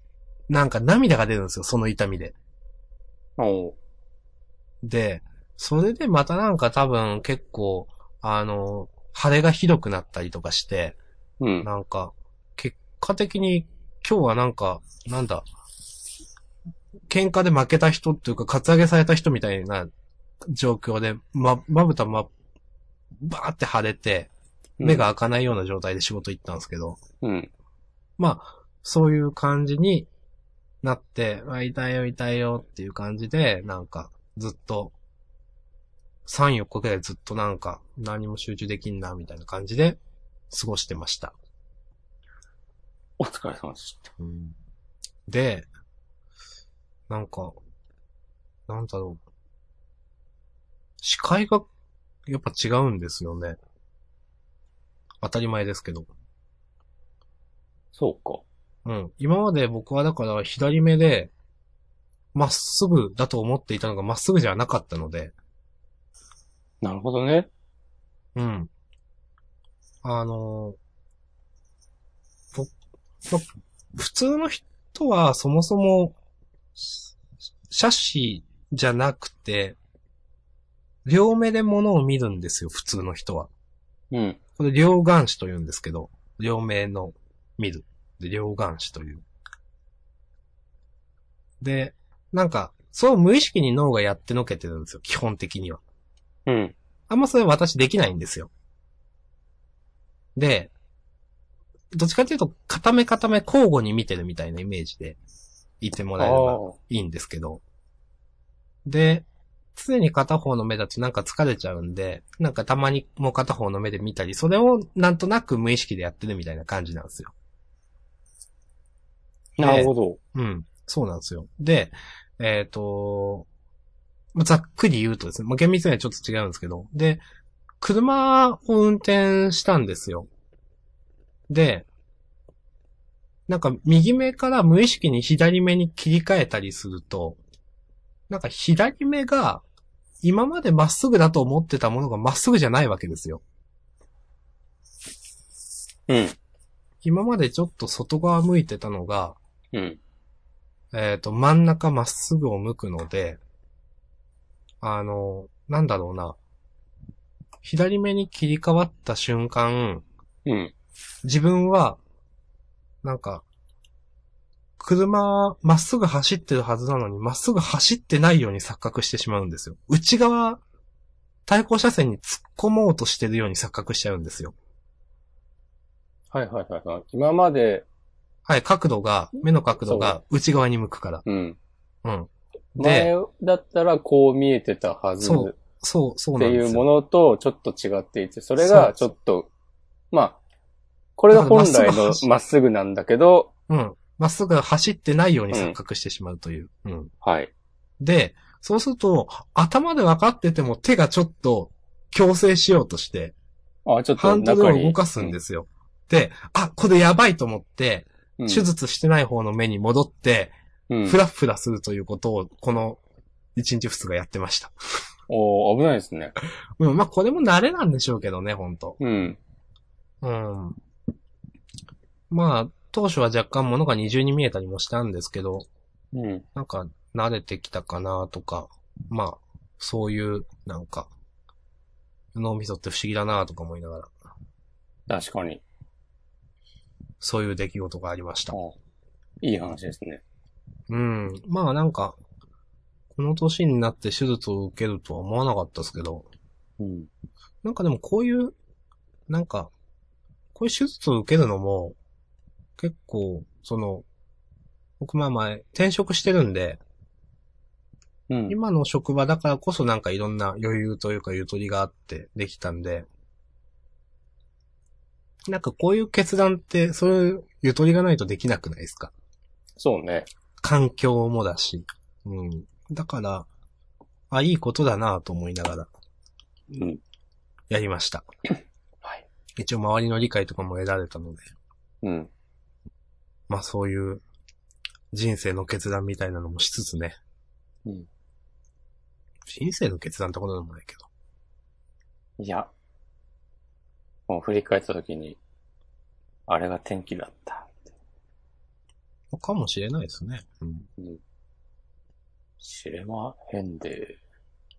B: なんか涙が出るんですよ、その痛みで。
A: おう
B: で、それでまたなんか多分、結構、あの、腫れがひどくなったりとかして、
A: うん。
B: なんか、結果的に今日はなんか、なんだ、喧嘩で負けた人っていうか、カツアゲされた人みたいな状況で、ま、まぶたま、バーって腫れて、目が開かないような状態で仕事行ったんですけど、
A: うん。
B: まあ、そういう感じになって、あ痛いよ痛いよっていう感じで、なんか、ずっと、3、4日くらいずっとなんか、何も集中できんな、みたいな感じで、過ごしてました。
A: お疲れ様でした。
B: うんで、なんか、なんだろう。視界が、やっぱ違うんですよね。当たり前ですけど。
A: そうか。
B: うん。今まで僕はだから左目で、まっすぐだと思っていたのがまっすぐじゃなかったので、
A: なるほどね。
B: うん。あのー、ぼま普通の人はそもそも、し斜視じゃなくて、両目で物を見るんですよ、普通の人は。
A: うん。
B: これ両眼視と言うんですけど、両目の見る。で、両眼視という。で、なんか、そう無意識に脳がやってのけてるんですよ、基本的には。
A: うん。
B: あんまそれ私できないんですよ。で、どっちかというと、片目片目交互に見てるみたいなイメージでいても
A: あ
B: らえれば
A: ー
B: いいんですけど。で、常に片方の目だとなんか疲れちゃうんで、なんかたまにもう片方の目で見たり、それをなんとなく無意識でやってるみたいな感じなんですよ。
A: なるほど。
B: うん。そうなんですよ。で、えっ、と、まあざっくり言うとですね、まあ、厳密にはちょっと違うんですけど、で、車を運転したんですよ。で、なんか右目から無意識に左目に切り替えたりすると、なんか左目が今までまっすぐだと思ってたものがまっすぐじゃないわけですよ。
A: うん。
B: 今までちょっと外側向いてたのが、
A: うん。
B: えっ、と、真ん中まっすぐを向くので、あの、なんだろうな。左目に切り替わった瞬間、
A: うん。
B: 自分は、なんか、車、まっすぐ走ってるはずなのに、まっすぐ走ってないように錯覚してしまうんですよ。内側、対向車線に突っ込もうとしてるように錯覚しちゃうんですよ。
A: はいはいはいはい。今まで、
B: はい、角度が、目の角度が内側に向くから。
A: うん。
B: うん。で、
A: 前だったらこう見えてたはず
B: そう
A: っ
B: そう、そう
A: て
B: なん
A: い
B: で
A: う
B: す
A: も
B: よ。
A: のとちょっと違っていて、それがちょっと、まあ、これが本来のまっすぐなんだけど、
B: うん。まっすぐ走ってないように錯覚してしまうという。うん。
A: はい。
B: で、そうすると、頭で分かってても手がちょっと強制しようとして、
A: あ、ちょっ
B: ハ
A: と
B: ンド
A: 中
B: ルを
A: に。
B: 動かすんですよ。で、あ、これやばいと思って、
A: うん。
B: 手術してない方の目に戻って、
A: うん
B: ふ。らふらするということを、この1日2日がやってました。
A: おー危ないですね。
B: うん、まあこれも慣れなんでしょうけどね、ほんと。
A: うん。
B: うん。まあ、当初は若干物が二重に見えたりもしたんですけど、
A: うん。
B: なんか慣れてきたかなとか、まあ、そういう、なんか、脳みそって不思議だなとか思いながら、
A: 確かに。
B: そういう出来事がありました。
A: あいい話ですね。
B: うん。まあなんか、この年になって手術を受けるとは思わなかったですけど、
A: うん。
B: なんかでもこういう、なんか、こういう手術を受けるのも、結構、その、僕まあ前、転職してるんで、
A: うん。
B: 今の職場だからこそなんかいろんな余裕というかゆとりがあってできたんで、なんかこういう決断って、そういうゆとりがないとできなくないですか
A: そうね。
B: 環境もだし。うん。だから、あ、いいことだなと思いながら
A: うん。
B: やりました。
A: はい。
B: 一応周りの理解とかも得られたので、
A: うん。
B: まあそういう人生の決断みたいなのもしつつね。
A: うん。
B: 人生の決断ってことでもないけど。
A: いや。もう振り返った時に、あれが天気だった。
B: まあかもしれないですね。うん。
A: 知れまへんで。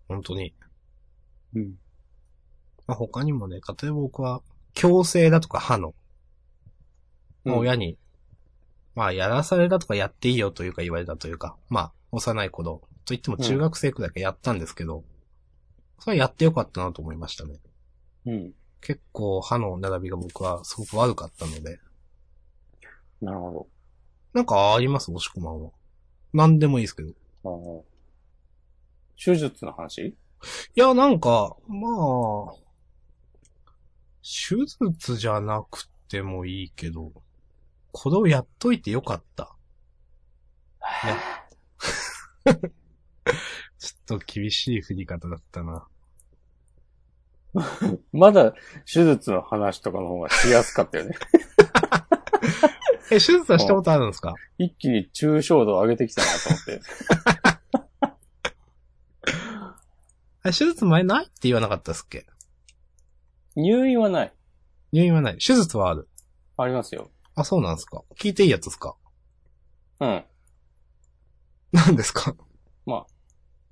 B: 本当に。
A: うん。
B: まあ他にもね、例えば僕は、強制だとか歯の、まあ
A: うん
B: 親に、まあやらされたとかやっていいよというか言われたというか、まあ幼い頃、と言っても中学生くらいからやったんですけど、それはやってよかったなと思いましたね。
A: うん。
B: 結構歯の並びが僕はすごく悪かったので、
A: なるほ
B: なんかありますおしこまんは。なんでもいいですけど。い
A: ど。ああ。手術の話
B: や、なんか、まあ、手術じゃなくてもいいけど、これをやっといてよ かった。いや ちょっと厳しい振り方だったな。
A: まだ手術の話とかの方がしやすかったよね。
B: え、手術はしたことあるんですか
A: 一気に抽象度を上げてきたなと思って。
B: え、手術前ないって言わなかったっすっけ
A: 入院はない。
B: 入院はない。手術はある。
A: ありますよ。
B: あ、そうなんですか聞いていいやつですか
A: うん。
B: 何ですか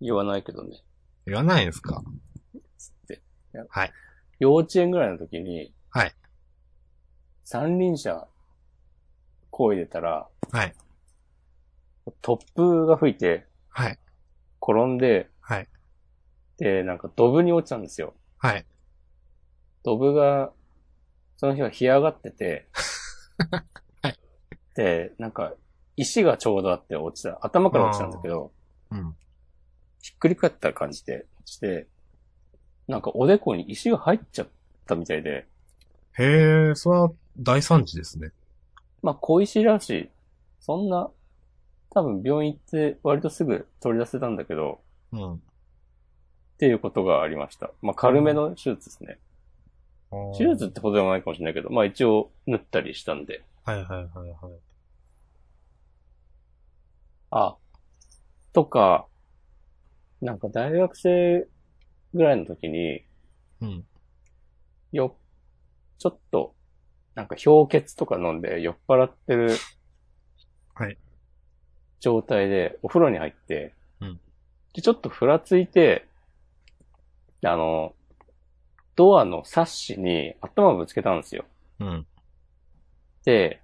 A: 言わないけどね。
B: 言わないんですか
A: つって。
B: はい。
A: 幼稚園ぐらいの時に。
B: はい。
A: 三輪車、こいでたら、
B: はい。
A: 突風が吹いて、
B: はい。
A: 転んで、
B: はい。
A: で、なんかドブに落ちたんですよ。
B: はい。
A: ドブが、その日は干上がってて、
B: はい
A: で、なんか、石がちょうどあって落ちた、頭から落ちたんだけど、
B: うん。
A: ひっくり返った感じで落ちて、なんかおでこに石が入っちゃったみたいで、
B: へえ、それは大惨事ですね。
A: まあ小石らしい、そんな、多分病院行って割とすぐ取り出せたんだけど、
B: うん。
A: っていうことがありました。まあ軽めの手術ですね。手術ってほどでもないかもしれないけど、まあ一応縫ったりしたんで。
B: はいはいはいはい。
A: あ、とか、なんか大学生ぐらいの時に、
B: うん。
A: よ、ちょっと、なんか氷結とか飲んで酔っ払ってる、
B: はい。
A: 状態でお風呂に入って、
B: うん
A: で、ちょっとふらついて、あの、ドアのサッシに頭ぶつけたんですよ。
B: うん。
A: で、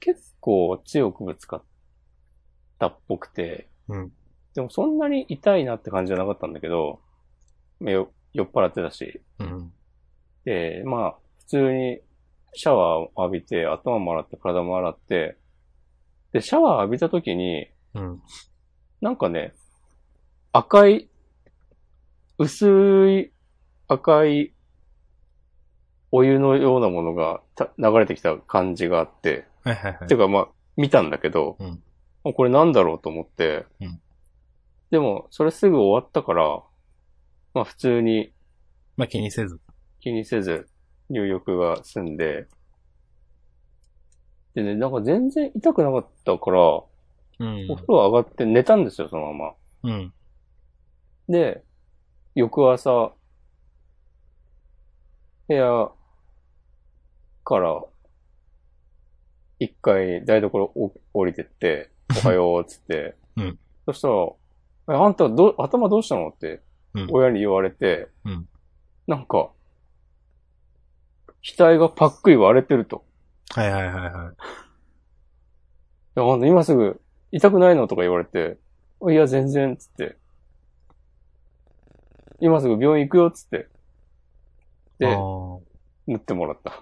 A: 結構強くぶつかったっぽくて、
B: うん
A: でもそんなに痛いなって感じじゃなかったんだけど、まあよ酔っ払ってたし、
B: うん。
A: で、まあ、普通にシャワーを浴びて、頭も洗って、体も洗って、で、シャワー浴びた時に、
B: うん。
A: なんかね、赤い、薄い赤いお湯のようなものがた流れてきた感じがあって、
B: はいはいはい
A: て。かまあ、見たんだけど、
B: うん
A: あこれなんだろうと思って、
B: うん
A: でも、それすぐ終わったから、まあ普通に
B: まあ気にせず。
A: 気にせず入浴が済んで、でね、なんか全然痛くなかったから、お
B: うん
A: 風呂上がって寝たんですよ、そのまま。
B: うん。
A: で、翌朝、部屋から、一回台所お降りてって、おはようっつって、
B: うん
A: そしたら、えあんたど、頭どうしたのって
B: うん、
A: 親に言われて、
B: うん
A: なんか、額がパックリ割れてると。
B: はいはいはいは
A: い
B: い。
A: や、あの、今すぐ、痛くないのとか言われて、いや、全然、つって。今すぐ病院行くよ、つって。で
B: あ、ー
A: 縫ってもらった。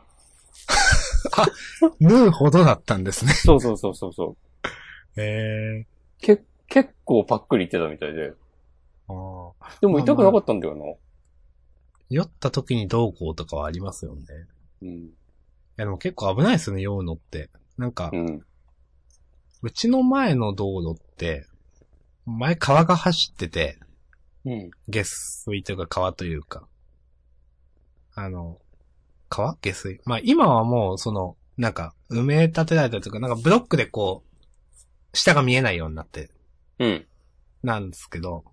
B: 縫うほどだったんですね。
A: そうそうそうそうそう。
B: ええ
A: け、結構パックリいってたみたいで。
B: ー。ああ。
A: でも痛くなかったんだよな。
B: 酔った時にどうこうとかはありますよね。い
A: うん。
B: やでも結構危ないですね、酔うのって。なんか
A: う、ん。
B: うちの前の道路って、前川が走ってて、
A: うん。
B: 下水というか川というか、あの、川下水。まあ今はもうその、なんか埋め立てられたりとか、なんかブロックでこう、下が見えないようになって、
A: うん。
B: なんですけど、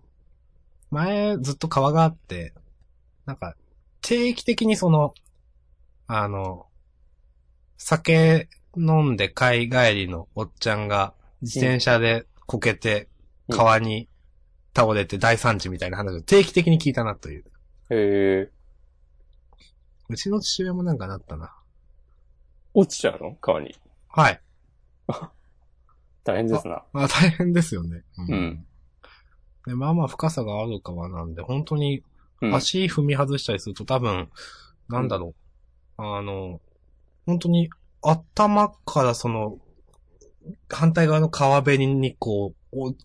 B: 前ずっと川があって、なんか定期的にその、あの、酒飲んで海帰りのおっちゃんが自転車でこけて
A: うん
B: 川に倒れて大惨事みたいな話を定期的に聞いたなという。
A: へえ、
B: うちの父親もなんかなったな。
A: 落ちちゃうの川に。
B: はい。
A: 大変ですな。
B: まあ大変ですよね。うん
A: うん
B: で、まあまあ深さがある川なんで、本当に
A: うん。
B: 足踏み外したりすると多分、なんだろう。あの、本当に頭からその、反対側の川べりにこう、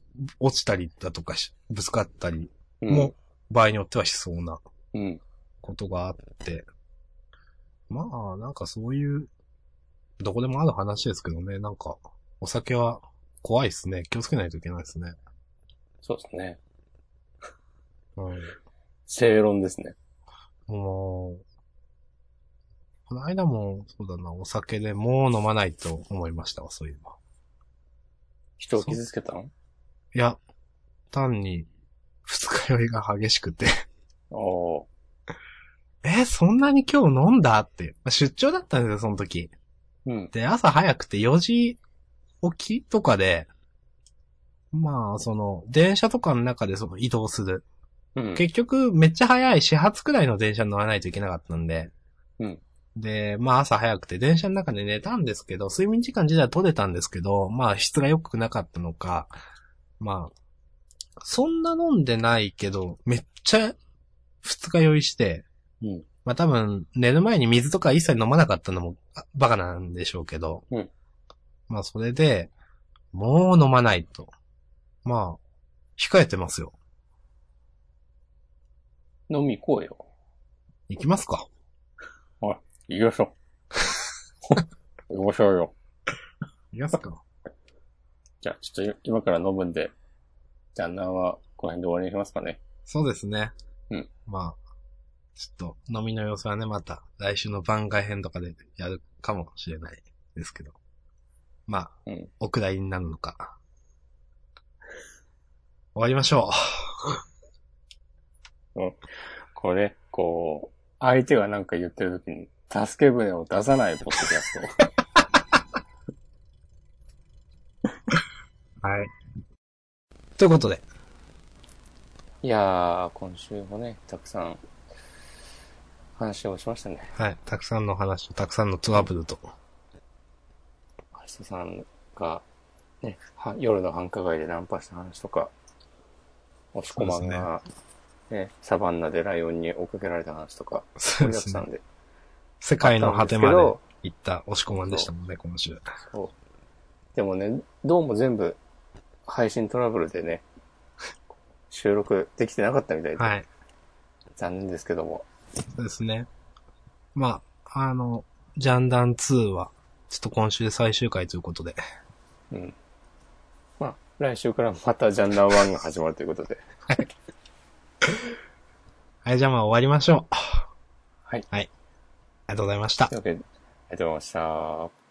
B: お落ちたりだとかし、ぶつかったり
A: うん
B: も、場合によってはしそうな
A: うん。
B: ことがあって。まあ、なんかそういう、どこでもある話ですけどね、なんか、お酒は怖いですね。気をつけないといけないですね。
A: そうですね。
B: うん。
A: 正論ですね。
B: もう、この間も、そうだな、お酒でもう飲まないと思いましたわ、そういうのは。
A: 人を傷つけたの
B: いや、単に、二日酔いが激しくて、
A: あ
B: え、そんなに今日飲んだって。まあ出張だったんですよ、その時。
A: あ。うん。
B: で、朝早くて4時起きとかで、まあ、その、電車とかの中でその移動する。
A: うん。
B: 結局、めっちゃ早い始発くらいの電車に乗らないといけなかったんで。
A: うん
B: で、まあ朝早くて電車の中で寝たんですけど、睡眠時間自体は取れたんですけど、まあ質が良くなかったのか、まあ、そんな飲んでないけど、めっちゃ二日酔いして、
A: うん
B: まあ多分寝る前に水とか一切飲まなかったのもあバカなんでしょうけど、
A: うん
B: まあそれで、もう飲まないと。まあ、控えてますよ。
A: 飲み行こうよ。
B: 行きますか。
A: 行きましょう。 行きましょうよ。
B: 行きますか。
A: じゃあ、ちょっと今から飲むんで、じゃあ、なんはこの辺で終わりにしますかね。
B: そうですね。
A: うん。
B: まあ、ちょっと飲みの様子はね、また来週の番外編とかでやるかもしれないですけど。まあ、
A: うん
B: お蔵入りになるのか。終わりましょ
A: これ、こう、相手がなんか言ってる時に、助け舟を出さないポッドキャスト。
B: う。はい。ということで、
A: いやー、今週もね、たくさん、話をしましたね。
B: はい。たくさんの話と、たくさんのトラブルと。
A: 明日さんが、ね、は夜の繁華街でナンパした話とか、押し込まんが、ね、サバンナでライオンに追っかけられた話とか、
B: そ
A: 盛
B: う
A: り
B: で
A: だく
B: す
A: さ
B: ね。
A: んで。
B: 世界の果てまで行った押し込まんでしたもんね、今週。
A: そう。でもね、どうも全部配信トラブルでね、収録できてなかったみたいで、
B: はい。
A: 残念ですけども。
B: そうですね。まあ、あの、ジャンダン2は、ちょっと今週で最終回ということで。
A: うん。まあ、来週からまたジャンダー1が始まるということで。
B: はい、じゃあまあ終わりましょう。
A: はい。
B: ありがとうございました
A: とい。うわけで、ありがとうございました。